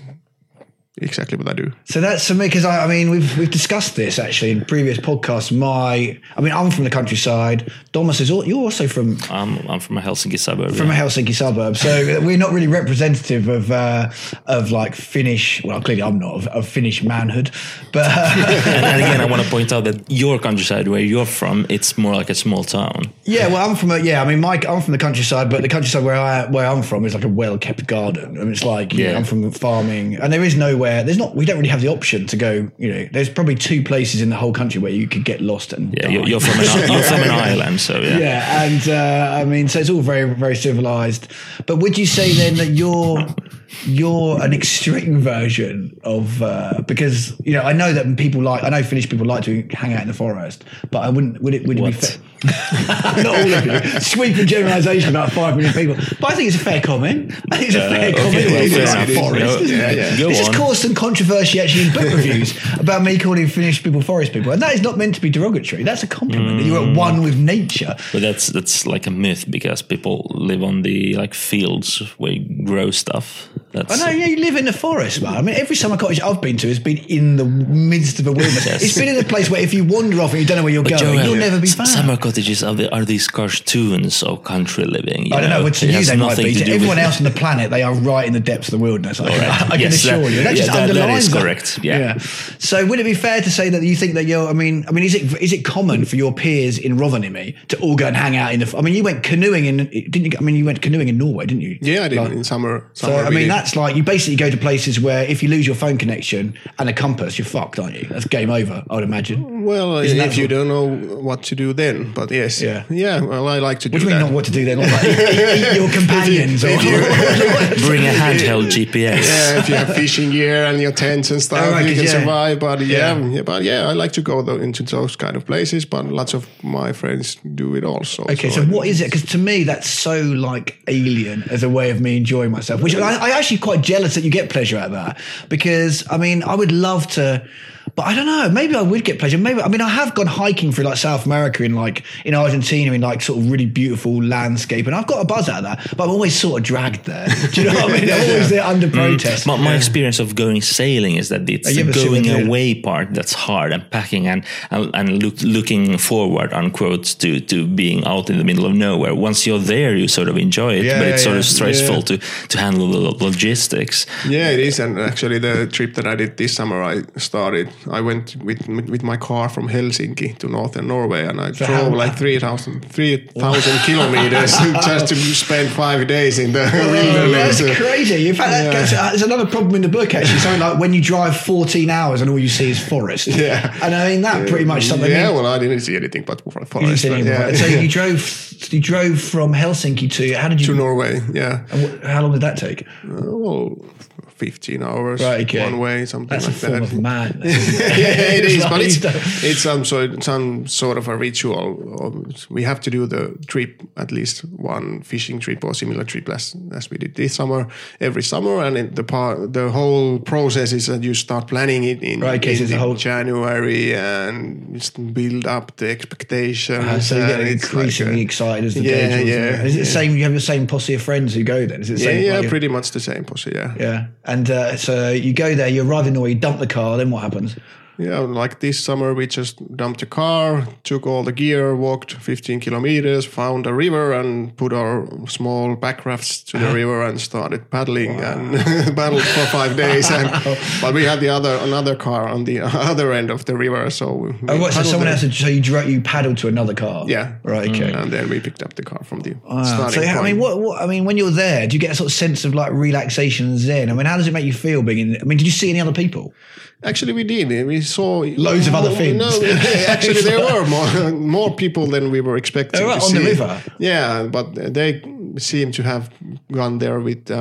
S3: exactly what I do.
S2: So that's for me because I, I mean we've we've discussed this actually in previous podcasts. My, I mean I'm from the countryside. Domus is al- you're also from
S1: I'm, I'm from a Helsinki suburb.
S2: from a
S1: yeah.
S2: Helsinki suburb, so we're not really representative of uh, of like Finnish. Well, clearly I'm not of, of Finnish manhood, but uh,
S1: and, and again, I want to point out that your countryside, where you're from, it's more like a small town.
S2: yeah. Well, I'm from a, yeah. I mean, Mike, I'm from the countryside, but the countryside where I where I'm from is like a well kept garden. I mean, it's like you know,
S1: Yeah.
S2: I'm from farming, and there is nowhere. There's not. We don't really have the option to go. You know, there's probably two places in the whole country where you could get lost and
S1: Yeah,
S2: die.
S1: you're, you're from an, you're from an island, so yeah.
S2: yeah, and uh, I mean, so it's all very, very civilized. But would you say then that you're you're an extreme version of uh, because you know I know that people like I know Finnish people like to hang out in the forest, but I wouldn't. Would it? Would it be
S1: What?
S2: fair? Not all of you. Sweeping generalisation about five million people, but I think it's a fair comment. I think it's a fair
S1: Uh, okay,
S2: comment.
S1: well,
S2: It is
S1: fair
S2: like
S1: enough.
S2: forest,
S1: No,
S2: isn't
S1: yeah,
S2: it?
S1: yeah. Go
S2: This has
S1: on.
S2: caused some controversy actually in book reviews about me calling Finnish people forest people, and that is not meant to be derogatory. That's a compliment. That
S1: Mm.
S2: you're at one with nature.
S1: But that's that's like a myth because people live on the like fields where you grow stuff.
S2: I
S1: That's
S2: know, yeah, Oh, you live in the forest, man. I mean, every summer cottage I've been to has been in the midst of a wilderness.
S1: Yes.
S2: It's been in a place where if you wander off and you don't know where you're
S1: But
S2: going,
S1: Joel,
S2: you'll never be
S1: s-
S2: found.
S1: Summer cottages are, the, are these cartoons of country living. you
S2: I don't know,
S1: It
S2: which to you
S1: has
S2: they might
S1: nothing
S2: be. To,
S1: do with-
S2: everyone else on the planet, they are right in the depths of the wilderness. I, I can
S1: Yes,
S2: assure
S1: that-
S2: you. That
S1: yeah,
S2: just
S1: that- that
S2: underlines
S1: is correct. Yeah.
S2: So would it be fair to say that you think that you're? I mean, I mean, is it is it common for your peers in Rovaniemi to all go and hang out in the? I mean, you went canoeing in. Didn't you? I mean, you went canoeing in Norway, didn't you?
S3: Yeah, I did
S2: Like-
S3: in summer.
S2: So
S3: summer
S2: I
S3: we
S2: mean,
S3: did.
S2: that's like you basically go to places where if you lose your phone connection and a compass, you're fucked, aren't you? That's game over. I would imagine.
S3: Well,
S2: Isn't
S3: if
S2: that
S3: you
S2: what-
S3: don't know what to do then, but yes,
S2: Yeah.
S3: yeah. Well, I like to do
S2: What do you mean
S3: that.
S2: not what to do then? Like, eat, eat your companions or.
S1: Bring a handheld GPS.
S3: yeah, if you have fishing gear and your tents and stuff,
S2: Oh, right,
S3: you
S2: 'cause
S3: can
S2: yeah.
S3: survive. But yeah,
S2: Yeah.
S3: yeah, but yeah, I like to go tho- into those kind of places. But lots of my friends do it also.
S2: Okay, so
S3: I-
S2: what is it? Because to me, that's so like alien as a way of me enjoying myself. Which I, I actually quite jealous that you get pleasure out of that. Because I mean, I would love to, but I don't know. Maybe I would get pleasure. Maybe I mean, I have gone hiking through like South America in like in Argentina in like sort of really beautiful landscape, and I've got a buzz out of that. But I'm always sort of dragged there. Do you know what I mean? I'm always there
S3: Mm.
S2: under protest.
S1: My, my experience of going sailing is that it's
S2: you
S1: the
S2: ever seen
S1: going
S2: it, Uh, yeah?
S1: away part that's hard and packing and and, and look, looking forward, unquote, to to being out in the middle of nowhere. Once you're there, you sort of enjoy it,
S2: Yeah,
S1: but it's
S2: yeah,
S1: sort of
S2: yeah.
S1: stressful to to handle the lo- logistics.
S3: Yeah, it is. And actually, the trip that I did this summer, I started. I went with with my car from Helsinki to northern Norway, and I drove
S2: how-
S3: like 3,000 3,000 kilometers just to spend five days in the
S2: Oh,
S3: wilderness.
S2: That's crazy. In fact, that
S3: Yeah.
S2: goes, that's another problem in the book. Actually, something like when you drive 14 hours and all you see is forest.
S3: Yeah.
S2: and I mean that pretty much something.
S3: Yeah, well, I didn't see anything but for-
S2: You didn't
S3: forest.
S2: see
S3: but
S2: any
S3: yeah.
S2: more. So you drove, you drove from Helsinki to how did you?
S3: to Norway, yeah.
S2: and wh- How long did that take?
S3: Uh, well, 15 hours
S2: Right, okay.
S3: one way, something
S2: That's a
S3: like
S2: form
S3: that.
S2: of madness. isn't it?
S3: yeah, it
S2: It's
S3: is,
S2: like
S3: but
S2: you
S3: it's,
S2: don't-
S3: it's some sort some sort of a ritual. Um, We have to do the trip at least one fishing trip or similar trip as as we did this summer every summer, and it, the part the whole process is that you start planning it in,
S2: Right, okay, so
S3: in
S2: it's a
S3: the
S2: whole-
S3: January and just build up the expectations.
S2: Uh, so you get
S3: and it's like
S2: increasingly
S3: a-
S2: excited as the
S3: Yeah,
S2: day goes on.
S3: yeah,
S2: Is it the
S3: yeah.
S2: same? You have the same posse of friends who go then. Is it the
S3: yeah,
S2: same?
S3: yeah,
S2: like-
S3: pretty much the same possibly. Yeah,
S2: Yeah, and uh, so you go there, you arrive in Norway, you dump the car, then what happens?
S3: Yeah, like this summer, we just dumped a car, took all the gear, walked 15 kilometers, found a river, and put our small back rafts to the river and started paddling and paddled for five days. And, but we had the other another car on the other end of the river, so
S2: Oh,
S3: we
S2: right, so
S3: paddled
S2: someone
S3: there.
S2: else, had- so you drove, you paddled to another car.
S3: Yeah. Mm.
S2: Right. Okay.
S3: And then we picked up the car from the
S2: Wow. Uh, So
S3: starting point.
S2: I mean, what, what? I mean, when you're there, do you get a sort of sense of like relaxation and zen? I mean, how does it make you feel being in? I mean, did you see any other people?
S3: Actually, we did. We saw
S2: Loads of other Finns.
S3: No, actually, there were more more people than we were expecting.
S2: Oh, right,
S3: to
S2: on the
S3: see.
S2: river?
S3: Yeah, but they seem to have gone there with uh,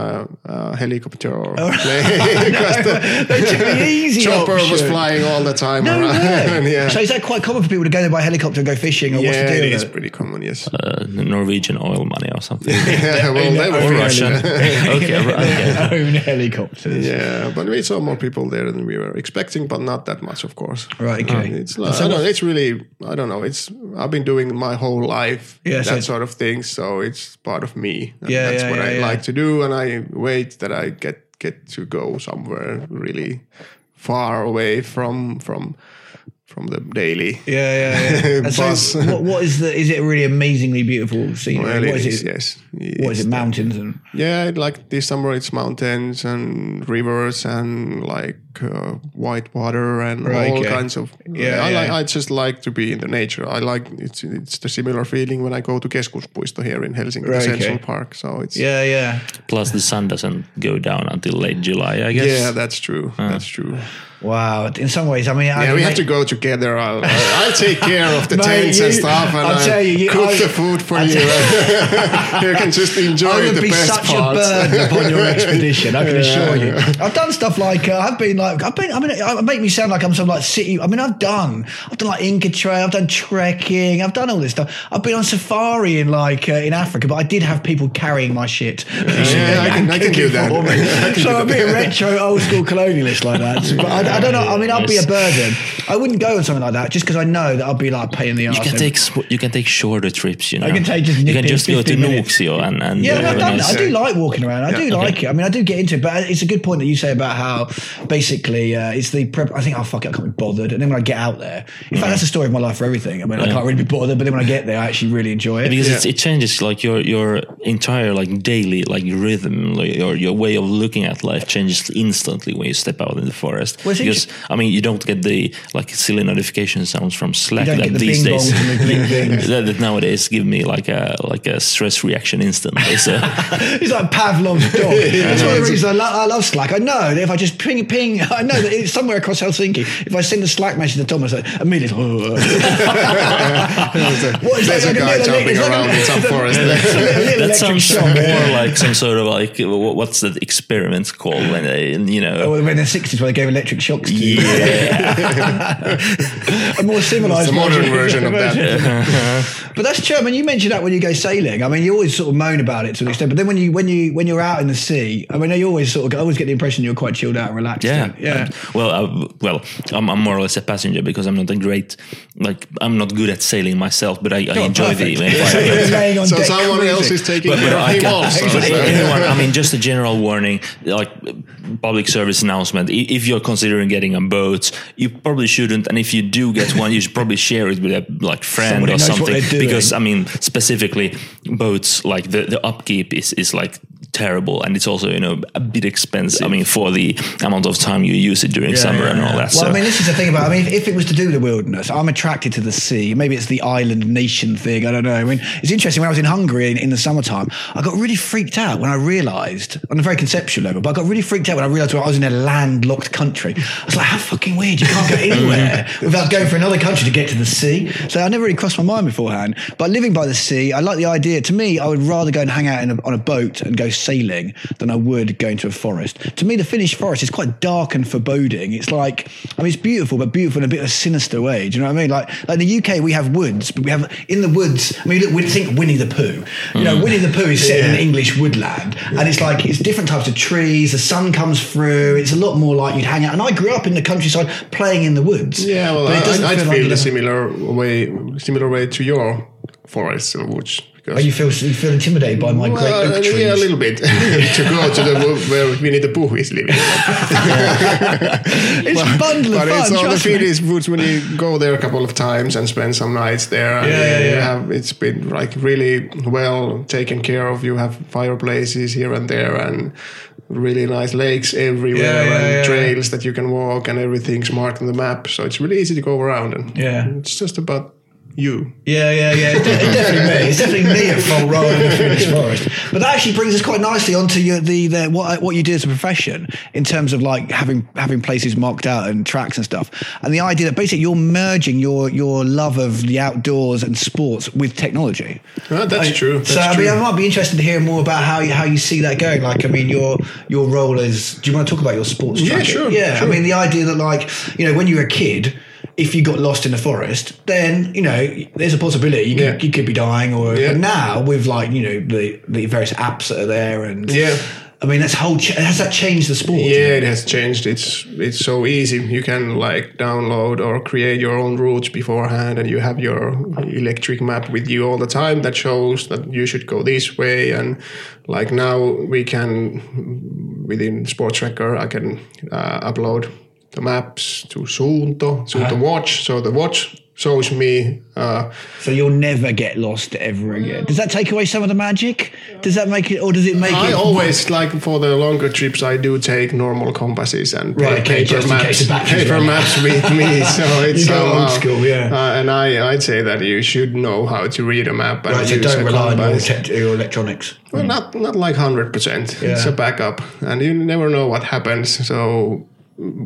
S3: uh, helicopter or
S2: Oh.
S3: plane. 'cause
S2: the easy
S3: chopper was
S2: option.
S3: flying all the time
S2: No
S3: around.
S2: way.
S3: Oh, yeah.
S2: So is that quite common for people to go there by helicopter and go fishing or what's
S3: yeah,
S2: the deal?
S3: it
S2: with
S3: is
S2: it?
S3: pretty common, yes.
S1: Uh, Norwegian oil money or something.
S3: yeah, well, they were
S1: or
S3: really-
S1: Russian. okay, right, okay.
S2: Own helicopters.
S3: Yeah, but we saw more people there than we were expecting, but not that much, of course.
S2: Right, okay.
S3: Oh, It's like, I don't, it's really I don't know. It's I've been doing my whole life
S2: Yeah,
S3: that
S2: so-
S3: sort of thing, so it's part of me. And
S2: Yeah,
S3: that's
S2: yeah,
S3: what
S2: yeah,
S3: I
S2: yeah.
S3: like to do, and I wait that I get get to go somewhere really far away from from from the daily.
S2: Yeah, yeah, yeah. And
S3: Bus.
S2: so, what, what is the? Is it really amazingly beautiful scenery?
S3: Well,
S2: what
S3: it
S2: is
S3: is,
S2: it?
S3: yes.
S2: What is
S3: It's
S2: it? Mountains and
S3: Yeah, like this summer, it's mountains and rivers and like uh, white water and
S2: Right,
S3: all
S2: okay.
S3: kinds of. uh,
S2: Yeah,
S3: I,
S2: yeah.
S3: Like, I just like to be in the nature. I like it's it's the similar feeling when I go to Keskuspuisto here in Helsinki,
S2: Right,
S3: the
S2: okay.
S3: Central Park. So it's
S2: yeah, yeah.
S1: Plus, the sun doesn't go down until late July, I guess.
S3: yeah, that's true. That's true.
S2: Wow. In some ways, I mean, Ah. I
S3: Yeah,
S2: mean,
S3: we have
S2: mate-
S3: to go together. I'll, I'll take care of the
S2: Mate,
S3: tents and
S2: you-
S3: stuff, and
S2: I'll
S3: I'll,
S2: tell you, you-
S3: cook
S2: I-
S3: the food for
S2: I'll
S3: you. you can just
S2: I
S3: enjoy
S2: would
S3: the
S2: be
S3: best
S2: such a
S3: parts.
S2: burden upon your expedition. I can
S3: Yeah,
S2: assure you.
S3: yeah.
S2: I've done stuff like uh, I've been like I've been. I mean, I I make me sound like I'm some like city. I mean, I've done. I've done like Inca Trail. I've done trekking. I've done all this stuff. I've been on safari in like uh, in Africa, but I did have people carrying my shit.
S3: yeah, I can- I can do that.
S2: For me.
S3: I can
S2: so
S3: do
S2: I'm a bit retro, old school colonialist like that. But I, I don't know. I mean, I'd be a
S1: Yes.
S2: burden. I wouldn't go on something like that just because I know that I'd be like paying the arse.
S1: You can
S2: every
S1: take sw- you can take shorter trips, you know.
S2: can take just
S1: you can
S2: nipping
S1: just go to
S2: 15 minutes.
S1: Nuuksio and and uh,
S2: Yeah, well, I've done that. I do
S3: Yeah.
S2: like walking around. I do like it. I mean, I do get into it, but it's a good point that you say about how basically uh, it's the prep. I think, oh, fuck it, I can't be bothered. And then when I get out there, in
S3: Mm.
S2: fact, that's the story of my life for everything. I mean, I can't really be bothered, but then when I get there, I actually really enjoy it.
S1: because it's, it changes like your your entire like daily like rhythm like, or your way of looking at life changes instantly when you step out in the forest
S2: Well, it's
S1: because I mean you don't get the like silly notification sounds from Slack
S2: don't
S1: that
S2: get the
S1: these
S2: bing
S1: days
S2: bongs and the bling bings.
S1: that, that nowadays give me like a like a stress reaction instantly so
S2: It's like Pavlov's dog. That's one of the reasons I, lo- I love Slack. I know that if I just ping, ping, I know that it's somewhere across Helsinki. If I send a Slack message to Thomas, like, "Oh." immediately. what is
S3: There's a guy jumping around in some forest.
S1: that
S2: That
S1: sounds
S2: shock.
S1: more like some sort of like wh- what's that experiment called when they you know
S2: Or in the 60s where they gave electric shocks to you.
S1: yeah
S2: a more civilized
S3: It's a modern version of that.
S2: But that's true. I mean, you mentioned that when you go sailing. I mean, you always sort of moan about it to an extent. But then when you when you when you're out in the sea, I mean, you always sort of I always get the impression you're quite chilled out and relaxed.
S1: Yeah,
S2: and- yeah.
S1: And- well, I, well, I'm, I'm more or less a passenger because I'm not a great, like, I'm not good at sailing myself, but I, I
S2: Oh,
S1: enjoy the
S2: perfect. So
S1: environment.
S2: you're laying on
S3: So
S2: deck
S3: someone
S2: cruising.
S3: else is taking
S1: But, but
S3: care of
S1: I
S3: him
S1: can,
S3: also.
S1: but anyone, I mean, just a general warning, like public service announcement. i- If you're considering getting a boat, you probably shouldn't. And if you do get one, you should probably share it with a like friend
S2: Somebody
S1: or
S2: knows what
S1: something.
S2: they're doing.
S1: Because I mean, specifically boats, like the, the upkeep is, is like terrible and it's also you know a bit expensive i mean for the amount of time you use it during summer and all that
S2: Well,
S1: so
S2: I mean, this is the thing about. I mean, if, if it was to do with the wilderness, I'm attracted to the sea. Maybe it's the island nation thing. I don't know. I mean, it's interesting. When I was in Hungary in, in the summertime, I got really freaked out when I realised on a very conceptual level. But I got really freaked out when I realised I was in a landlocked country. I was like, how fucking weird! You can't go anywhere without going for another country to get to the sea. So I never really crossed my mind beforehand. But living by the sea, I like the idea. To me, I would rather go and hang out in a, on a boat and go sailing than I would go into a forest. To me, the Finnish forest is quite dark and foreboding. It's like, I mean, it's beautiful, but beautiful in a bit of a sinister way. Do you know what I mean? Like, like in the UK, we have woods, but we have in the woods. I mean, look, we think Winnie the Pooh. You
S3: Mm.
S2: know, Winnie the Pooh is set in an English woodland, and it's like it's different types of trees. The sun comes through. It's a lot more like you'd hang out. And I grew up in the countryside, playing in the woods.
S3: Yeah, well,
S2: But
S3: I,
S2: it doesn't
S3: I, I'd
S2: feel
S3: feel,
S2: like you
S3: the
S2: know-
S3: similar way, similar way to your forest, uh, which because
S2: Oh, you feel you feel intimidated by my
S3: well,
S2: great oak
S3: uh,
S2: trees.
S3: yeah, a little bit to go to the wo- where Winnie the Pooh is living.
S2: It's a bundle of
S3: but
S2: fun.
S3: it's all the
S2: trust me.
S3: Finnish woods when you go there a couple of times and spend some nights there. and
S2: Yeah, yeah,
S3: you
S2: yeah.
S3: Have, it's been like really well taken care of. You have fireplaces here and there and really nice lakes everywhere
S2: Yeah, yeah,
S3: and
S2: yeah.
S3: trails that you can walk and everything's marked on the map. So it's really easy to go around and
S2: Yeah.
S3: it's just about you.
S2: Yeah, yeah, yeah. It's de- it's definitely me. It's definitely me at full roll in the Finnish forest. But that actually brings us quite nicely onto your, the, the what what you do as a profession in terms of like having having places marked out and tracks and stuff, and the idea that basically you're merging your your love of the outdoors and sports with technology.
S3: Ah, that's true.
S2: so
S3: that's
S2: I mean,
S3: true.
S2: I might be interested to hear more about how you, how you see that going. Like, I mean, your your role is. Do you want to talk about your sports?
S3: Yeah,
S2: tracking?
S3: sure,
S2: Yeah,
S3: sure.
S2: I mean, the idea that like you know when you were a kid. If you got lost in the forest, then you know there's a possibility you could,
S3: Yeah.
S2: you could be dying. Or
S3: Yeah.
S2: but now with like you know the, the various apps that are there, and
S3: Yeah.
S2: I mean that's whole. Ch- has that changed the sport?
S3: Yeah, it has changed. It's it's so easy. You can like download or create your own routes beforehand, and you have your electric map with you all the time that shows that you should go this way. And like now, we can within Sport Tracker, I can uh, upload the maps to Suunto, Suunto Watch. So the watch shows me. Uh,
S2: So you'll never get lost ever again. Does that take away some of the magic? Does that make it, or does it make
S3: I
S2: it?
S3: always like for the longer trips. I do take normal compasses and
S2: Right, okay,
S3: paper
S2: just in case
S3: maps.
S2: the battery's
S3: Paper
S2: run out.
S3: maps with me, so it's
S2: You go old
S3: somehow-
S2: school, yeah.
S3: Uh, and I, I'd say that you should know how to read a map and
S2: Right, so
S3: use
S2: don't
S3: a
S2: rely on your,
S3: compass.
S2: tech your electronics.
S3: Well, not not like hundred percent. It's
S2: Hmm. Yeah.
S3: a backup, and you never know what happens. So,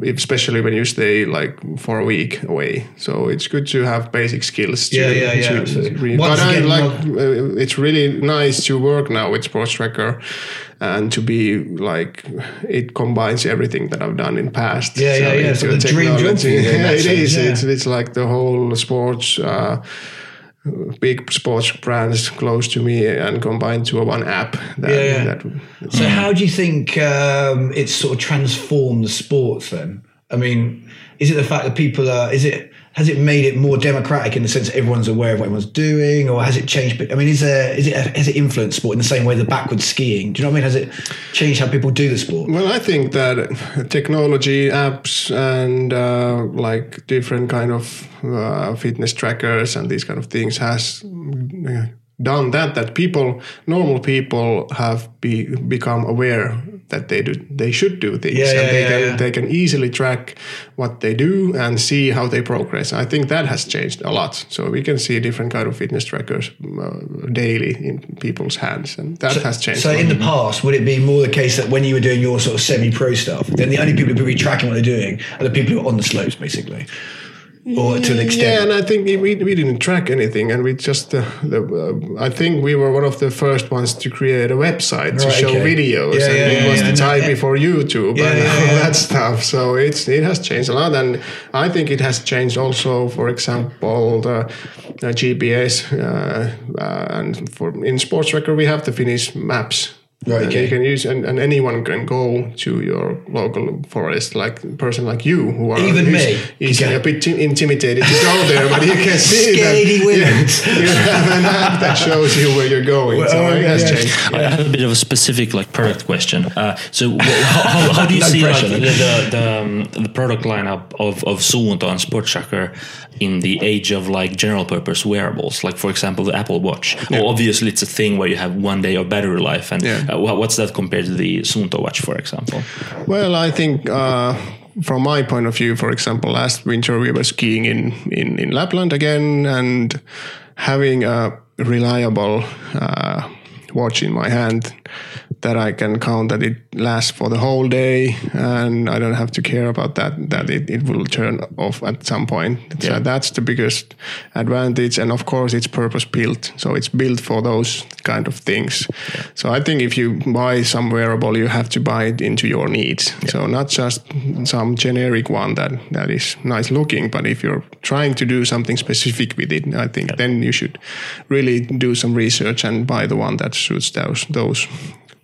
S3: especially when you stay like for a week away, so it's good to have basic skills. To,
S2: Yeah, yeah, yeah,
S3: to
S2: absolutely.
S3: read.
S2: Once
S3: But I
S2: again,
S3: like
S2: not-
S3: uh, it's really nice to work now with Sports Tracker, and to be like it combines everything that I've done in past.
S2: Yeah, yeah, yeah.
S3: it's
S2: So
S3: a
S2: the dream job
S3: technology.
S2: for you in
S3: Yeah,
S2: that
S3: it
S2: sense,
S3: is.
S2: yeah.
S3: It's it's like the whole sports. Uh, big sports brands close to me and combined to a one app. That,
S2: Yeah, yeah.
S3: that-
S2: So, how do you think um, it's sort of transformed sports then? I mean, is it the fact that people are, is it, has it made it more democratic in the sense that everyone's aware of what everyone's doing or has it changed? I mean, is there, is it, has it influenced sport in the same way the backwards skiing? Do you know what I mean? Has it changed how people do the sport?
S3: well, I think that technology apps and uh, like different kind of uh, fitness trackers and these kind of things has uh, done that. That people, normal people, have be, become aware that they do they should do things
S2: Yeah,
S3: and
S2: yeah,
S3: they
S2: yeah,
S3: can
S2: yeah.
S3: they can easily track what they do and see how they progress. I think that has changed a lot. So we can see different kind of fitness trackers uh, daily in people's hands, and that has changed.
S2: So
S3: a lot.
S2: in the past, would it be more the case that when you were doing your sort of semi-pro stuff, then the only people who would be tracking what they're doing are the people who are on the slopes, basically, or to an
S3: Mm, Yeah,
S2: extent?
S3: and I think we, we didn't track anything, and we just uh, the, uh, I think we were one of the first ones to create a website to
S2: Right,
S3: show
S2: okay.
S3: videos,
S2: Yeah,
S3: and
S2: yeah,
S3: it
S2: yeah,
S3: was
S2: yeah,
S3: the
S2: no,
S3: time
S2: yeah.
S3: before YouTube
S2: Yeah,
S3: and
S2: yeah,
S3: all
S2: yeah.
S3: that stuff. So it's it has changed a lot, and I think it has changed also. For example, the uh, GPS uh, uh, and for in Sports Record we have the Finnish maps.
S2: Right,
S3: And
S2: okay.
S3: you can use and, and anyone can go to your local forest, like person like you who are
S2: Even
S3: who's-
S2: me.
S3: who's
S2: Okay.
S3: a bit ti- intimidated to go there, but you can see
S2: Scaredy
S3: that
S2: wimps.
S3: You, you have an app that shows you where you're going. so
S2: Well, oh,
S3: it has
S2: yeah.
S3: changed.
S1: I have a bit of a specific like product question. Uh, so wh- how, how, how do you
S2: No
S1: see
S2: pressure.
S1: like, the the, the, um, the product lineup of of Suunto and Sport Tracker in the age of like general purpose wearables, like for example the Apple Watch? Or obviously it's a thing where you have one day of battery life, and
S3: Yeah.
S1: uh, wha- what's that compared to the Suunto Watch, for example?
S3: Well, I think uh, from my point of view, for example, last winter we were skiing in in, in Lapland again, and having a reliable uh, watch in my hand that I can count that it lasts for the whole day, and I don't have to care about that that it, it will turn off at some point. So that's the biggest advantage, and of course it's purpose built, so it's built for those kind of things. So I think if you buy some wearable, you have to buy it into your needs. So not just some generic one that that is nice looking, but if you're trying to do something specific with it, I think then you should really do some research and buy the one that suits those those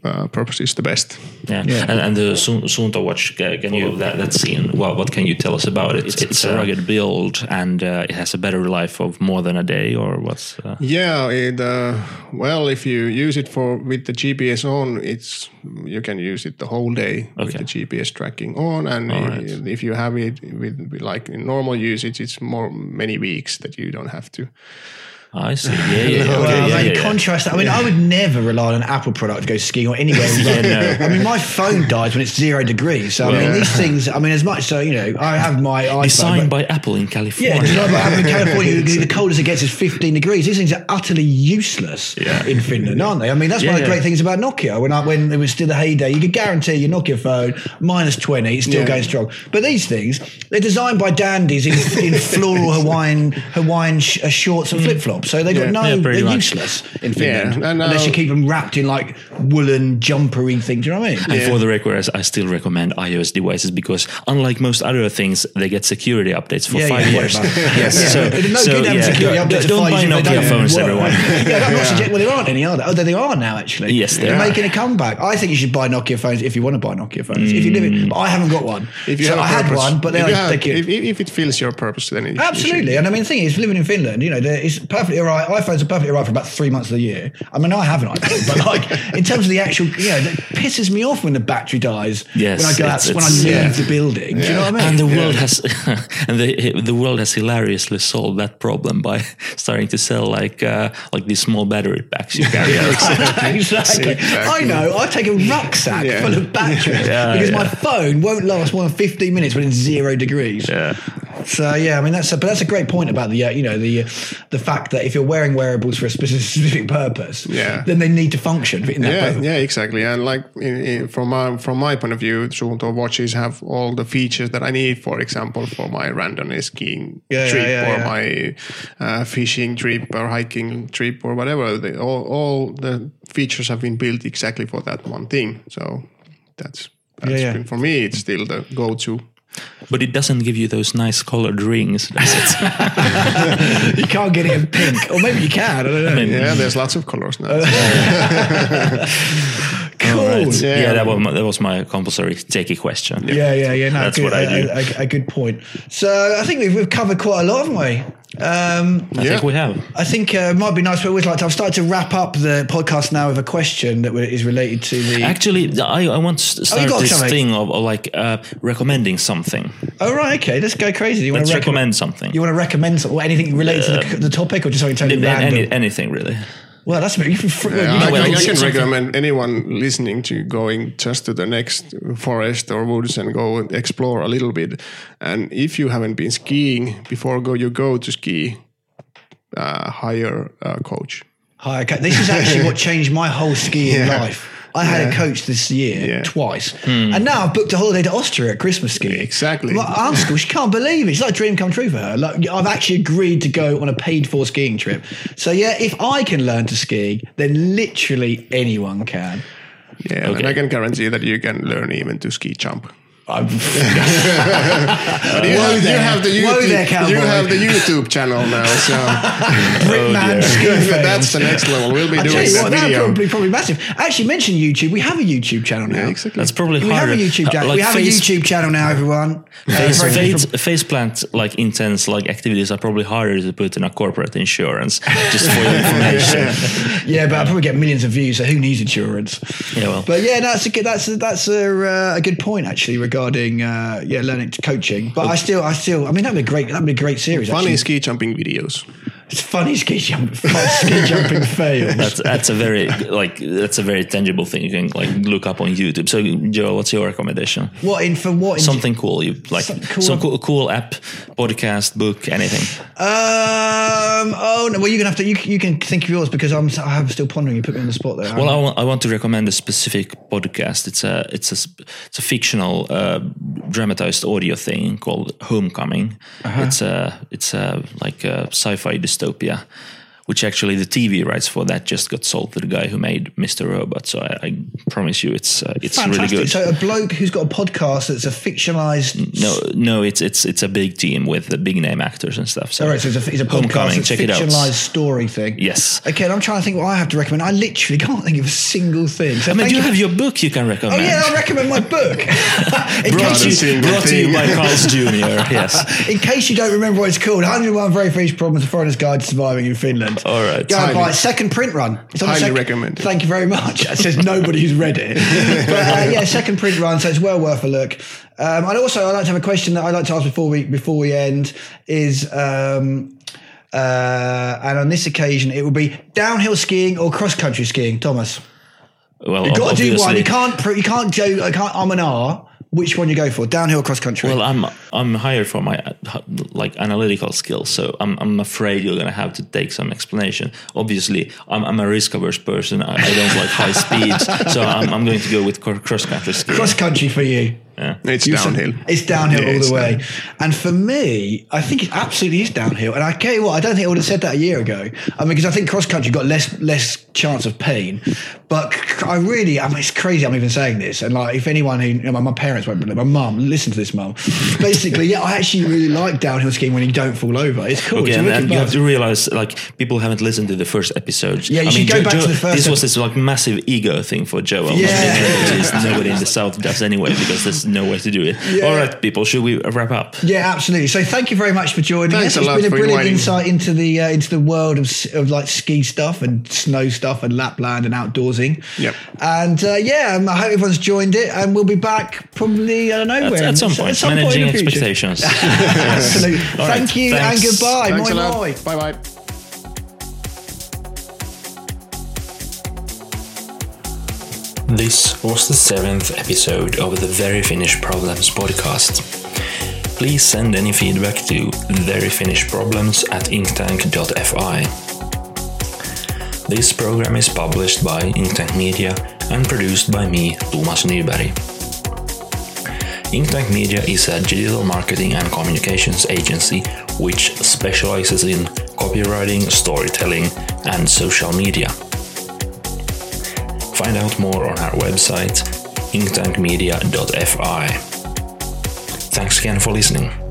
S3: uh, purposes the best.
S1: Yeah, And, and the Sun- Suunto watch. ca- Can you that that scene? Well, what can you tell us about it? It's, a rugged build, and uh, it has a battery life of more than a day, or what's? Uh,
S3: Yeah, it, uh, well, if you use it for with the GPS on, it's you can use it the whole day with
S1: Okay.
S3: the GPS tracking on, and i-
S1: right.
S3: if you have it with, with like in normal usage, it's more many weeks that you don't have to
S1: I see. Yeah, yeah, yeah.
S2: Well,
S1: okay, yeah,
S2: uh, like,
S1: yeah, yeah.
S2: contrast that. I mean, I would never rely on an Apple product to go skiing or anywhere. around.
S1: no.
S2: I mean, my phone dies when it's zero degrees. So I mean, these things. I mean, as much so you know, I have my iPhone.
S1: Designed
S2: but-
S1: by Apple in California.
S2: yeah, designed by Apple in California. the coldest it gets is 15 degrees. These things are utterly useless
S1: Yeah.
S2: in Finland, aren't they? I mean, that's
S1: Yeah,
S2: one of the
S1: yeah.
S2: great things about Nokia. When I, when it was still the heyday, you could guarantee your Nokia phone minus 20, it's still
S3: Yeah.
S2: going strong. But these things, they're designed by dandies in, in floral Hawaiian Hawaiian sh- uh, shorts and flip flops. So they got
S3: Yeah.
S2: no,
S1: Mm. Yeah, pretty
S2: they're
S1: much.
S2: useless in Finland
S3: and, uh,
S2: unless you keep them wrapped in like woolen jumpery things. Do you know what I mean?
S1: And for the record, I- I still recommend iOS devices because, unlike most other things, they get security updates for
S2: Yeah,
S1: five
S2: yeah,
S1: years.
S2: whatever.
S1: yes,
S2: Yeah.
S1: so,
S2: No good
S1: so,
S2: having
S1: yeah,
S2: security
S1: don't-
S2: updates for
S1: don't
S2: five
S1: buy
S2: years if they
S1: Nokia
S2: don't
S1: phones,
S2: work.
S1: everyone.
S2: yeah, I'm not suggesting, well, there aren't any, are there? Oh, there they are now, actually.
S1: Yes, they
S2: they're
S1: are.
S2: making a comeback. I think you should buy Nokia phones if you want to buy Nokia phones. If you live in, but I haven't got one.
S3: If you
S2: so
S3: have a
S2: I had
S3: purpose.
S2: one, but
S3: if,
S2: then
S3: you
S2: I
S3: have-
S2: thank you.
S3: if, if, if it fills your purpose, then it,
S2: Absolutely, and I mean, the thing is, living in Finland, you know, there- it's perfectly all right. iPhones are perfectly all right for about three months of the year. I mean, I have an iPhone, but like in terms of the actual, you know, it pisses me off when the battery dies.
S1: Yes,
S2: when I go
S1: it's-
S2: out, when I
S1: it's-
S2: leave
S1: yeah.
S2: the building. Do you know what I mean?
S1: And the world has and the the world has hilariously solved that problem by starting to sell like uh, like these small battery packs you carry. out.
S2: exactly. I know. I take a rucksack
S3: Yeah.
S2: full of batteries
S1: Yeah,
S2: because my
S1: yeah.
S2: phone won't last more than 15 minutes when it's zero degrees.
S1: Yeah.
S2: So yeah, I mean that's a, but that's a great point about the uh, you know the uh, the fact that if you're wearing wearables for a specific, specific purpose,
S3: Yeah.
S2: then they need to function in that
S3: yeah,
S2: purpose.
S3: yeah, exactly. And like in, in, from my, from my point of view, Suunto watches have all the features that I need. For example, for my random skiing
S2: Yeah, yeah,
S3: trip
S2: yeah, yeah.
S3: or my uh, fishing trip or hiking trip or whatever. They, all, all the features have been built exactly for that one thing. So that's, that's
S2: Yeah, yeah.
S3: been for me. It's still the go-to.
S1: But it doesn't give you those nice colored rings. Does it?
S2: You can't get it in pink, or maybe you can. I don't know.
S3: Yeah, there's lots of colors now.
S2: cool.
S1: Right.
S3: Yeah.
S1: Yeah, that was my, that was my compulsory techie question.
S2: Oh, Yeah, yeah, yeah. No,
S1: That's
S2: good,
S1: what I do.
S2: A, a- a good point. So I think we've, we've covered quite a lot, haven't we? Um,
S1: I think we have.
S2: I think uh, it might be nice. We always like to. I've started to wrap up the podcast now with a question that is related to the.
S1: Actually, th- I, I want to s-
S2: Oh,
S1: start
S2: you got
S1: this
S2: something.
S1: thing of, of like uh, recommending something.
S2: oh right, okay. Let's go crazy. Do You want
S1: Let's
S2: to recommend?
S1: recommend something.
S2: You want to recommend some- or anything related to the, the topic, or just something totally
S1: Any-
S2: random?
S1: any, anything really.
S2: well, that's you can. Fr-
S3: Yeah,
S2: you
S3: Uh, I,
S2: know,
S1: well,
S3: I, I
S1: it's
S3: can
S1: something-
S3: recommend anyone listening to going just to the next forest or woods and go and explore a little bit. And if you haven't been skiing before, go you go to ski, uh, hire a coach.
S2: Hi, okay. This is actually what changed my whole skiing life. I had a coach this year
S3: Yeah.
S2: twice,
S1: Hmm.
S2: and now I've booked a holiday to Austria at Christmas skiing.
S3: Exactly.
S2: My aunt's school, she can't believe it. It's like a dream come true for her. Like I've actually agreed to go on a paid for skiing trip. So yeah, if I can learn to ski, then literally anyone can.
S3: Yeah,
S1: Okay.
S3: and I can guarantee that you can learn even to ski jump.
S2: I'm,
S3: Oh, But you, have, you have the
S2: Whoa
S3: YouTube,
S2: there, cowboy.
S3: you have the YouTube channel now, so
S2: Britman ski
S3: that's the next level. We'll be
S2: I tell
S3: doing
S2: you
S3: that
S2: what, that
S3: video.
S2: probably probably massive. Actually, mention YouTube. We have a YouTube channel now.
S3: Yeah, exactly.
S1: That's probably
S2: We have
S1: harder. Uh,
S2: a YouTube channel.
S1: Like
S2: we have
S1: face-
S2: a YouTube channel now, everyone. Uh,
S1: Face,
S2: very different-
S1: face, face plant like intense like activities are probably harder to put in a corporate insurance just for your information.
S2: Yeah, but I probably get millions of views, so who needs insurance?
S1: Yeah, well.
S2: But yeah, no, that's a good that's a, that's a, uh, a good point actually regarding uh, yeah learning to coaching. But I still I still I mean that'd be great that'd be a great series.
S3: funny
S2: actually.
S3: ski jumping videos.
S2: it's funny ski jump fun ski jumping fails.
S1: That's that's a very like that's a very tangible thing you can like look up on YouTube. So Joe, what's your recommendation?
S2: What in for what in
S1: Something cool you like
S2: Something cool.
S1: cool. some cool, cool app, podcast, book, anything.
S2: Um. Oh no. Well, you're gonna have to. You, you can think of yours because I'm. I'm still pondering. You put me on the spot there.
S1: Well, I want, I want to recommend a specific podcast. It's a it's a sp- it's a fictional uh, dramatized audio thing called Homecoming.
S2: Uh-huh.
S1: It's a it's a like a sci-fi dystopia, which actually the TV rights for that just got sold to the guy who made Mr. Robot. So I, I promise you, it's uh, it's
S2: fantastic.
S1: really good. Mm.
S2: So a bloke who's got a podcast that's a fictionalized.
S1: no, no, it's it's it's a big team with the big name actors and stuff. So,
S2: All right. So it's a, it's a podcast.
S1: Homecoming,
S2: It's a
S1: check it out.
S2: fictionalized story thing.
S1: Yes.
S2: Okay. And I'm trying to think what I have to recommend. I literally can't think of a single thing. So
S1: I mean,
S2: thank
S1: you
S2: you.
S1: have your book you can recommend.
S2: Oh yeah, I'll recommend my book. in,
S1: Brought,
S2: case
S1: to
S2: you,
S1: you,
S3: single
S1: brought to you
S3: thing.
S1: by Carl's Jr. Yes.
S2: in case you don't remember what it's called, 101 Very Fish Problems: A Foreigner's Guide to Surviving in Finland.
S1: All right.
S2: Go and
S3: Highly-
S2: buy it. second print run. It's the
S3: highly
S2: second-
S3: recommended.
S2: Thank you very much. It says nobody who's read it. But uh, yeah, second print run, so it's well worth a look. Um, and also, I like to have a question that I like to ask before we before we end is. Um, Uh, and on this occasion, it will be downhill skiing or cross country skiing. Thomas,
S1: Well,
S2: you've got to do one.
S1: obviously-
S2: You can't. pr- You can't. Jo- you can't. I'm an R. Which one you go for? Downhill, cross country.
S1: Well, I'm I'm hired for my uh, like analytical skills, so I'm I'm afraid you're gonna have to take some explanation. Obviously, I'm I'm a risk averse person. I, I don't like high speeds, so I'm I'm going to go with cross country skiing.
S2: cross country for you.
S3: It's
S2: You said
S3: downhill.
S2: It's downhill
S3: Yeah,
S2: all
S3: it's
S2: the way. And for me, I think it absolutely is downhill. And I tell you what, I don't think I would have said that a year ago. I mean, because I think cross country got less less chance of pain. But c- I really, I mean, it's crazy. I'm even saying this. And like, if anyone who, you know, my, my parents won't believe, my mum, listen to this, mum. Basically, yeah, I actually really like downhill skiing when you don't fall over. It's cool.
S1: Okay,
S2: it's
S1: and,
S2: wicked
S1: and you
S2: fun.
S1: have to realize, like, people haven't listened to the first episodes.
S2: Yeah, you should go back to the first
S1: This was this like massive ego thing for Joe. I was
S2: Yeah.
S1: thinking, "Oh, geez, nobody in the south does anyway because there's no way to do it.
S2: Yeah.
S1: All right, people, should we wrap up?
S2: Yeah, absolutely. So thank you very much for joining us.
S3: Thanks a
S2: It's
S3: lot
S2: been a
S3: for
S2: brilliant
S3: inviting.
S2: insight into the uh, into the world of, s- of like ski stuff and snow stuff and Lapland and outdoorsing.
S3: Yep.
S2: And uh, yeah, um, I hope everyone's joined it, and we'll be back probably I don't know
S1: At,
S2: when
S1: at some point, managing
S2: in the future.
S1: expectations.
S2: Absolutely.
S1: All right,
S2: Thank you
S1: thanks.
S2: and goodbye.
S3: Thanks
S2: moi
S3: a lot.
S2: moi.
S3: Bye bye.
S1: This was the seventh episode of the Very Finnish Problems podcast. Please send any feedback to veryfinishproblems at inktank.fi. This program is published by Inktank Media and produced by me, Thomas Nyberg. Inktank Media is a digital marketing and communications agency which specializes in copywriting, storytelling, and social media. Find out more on our website, inktankmedia.fi. Thanks again for listening.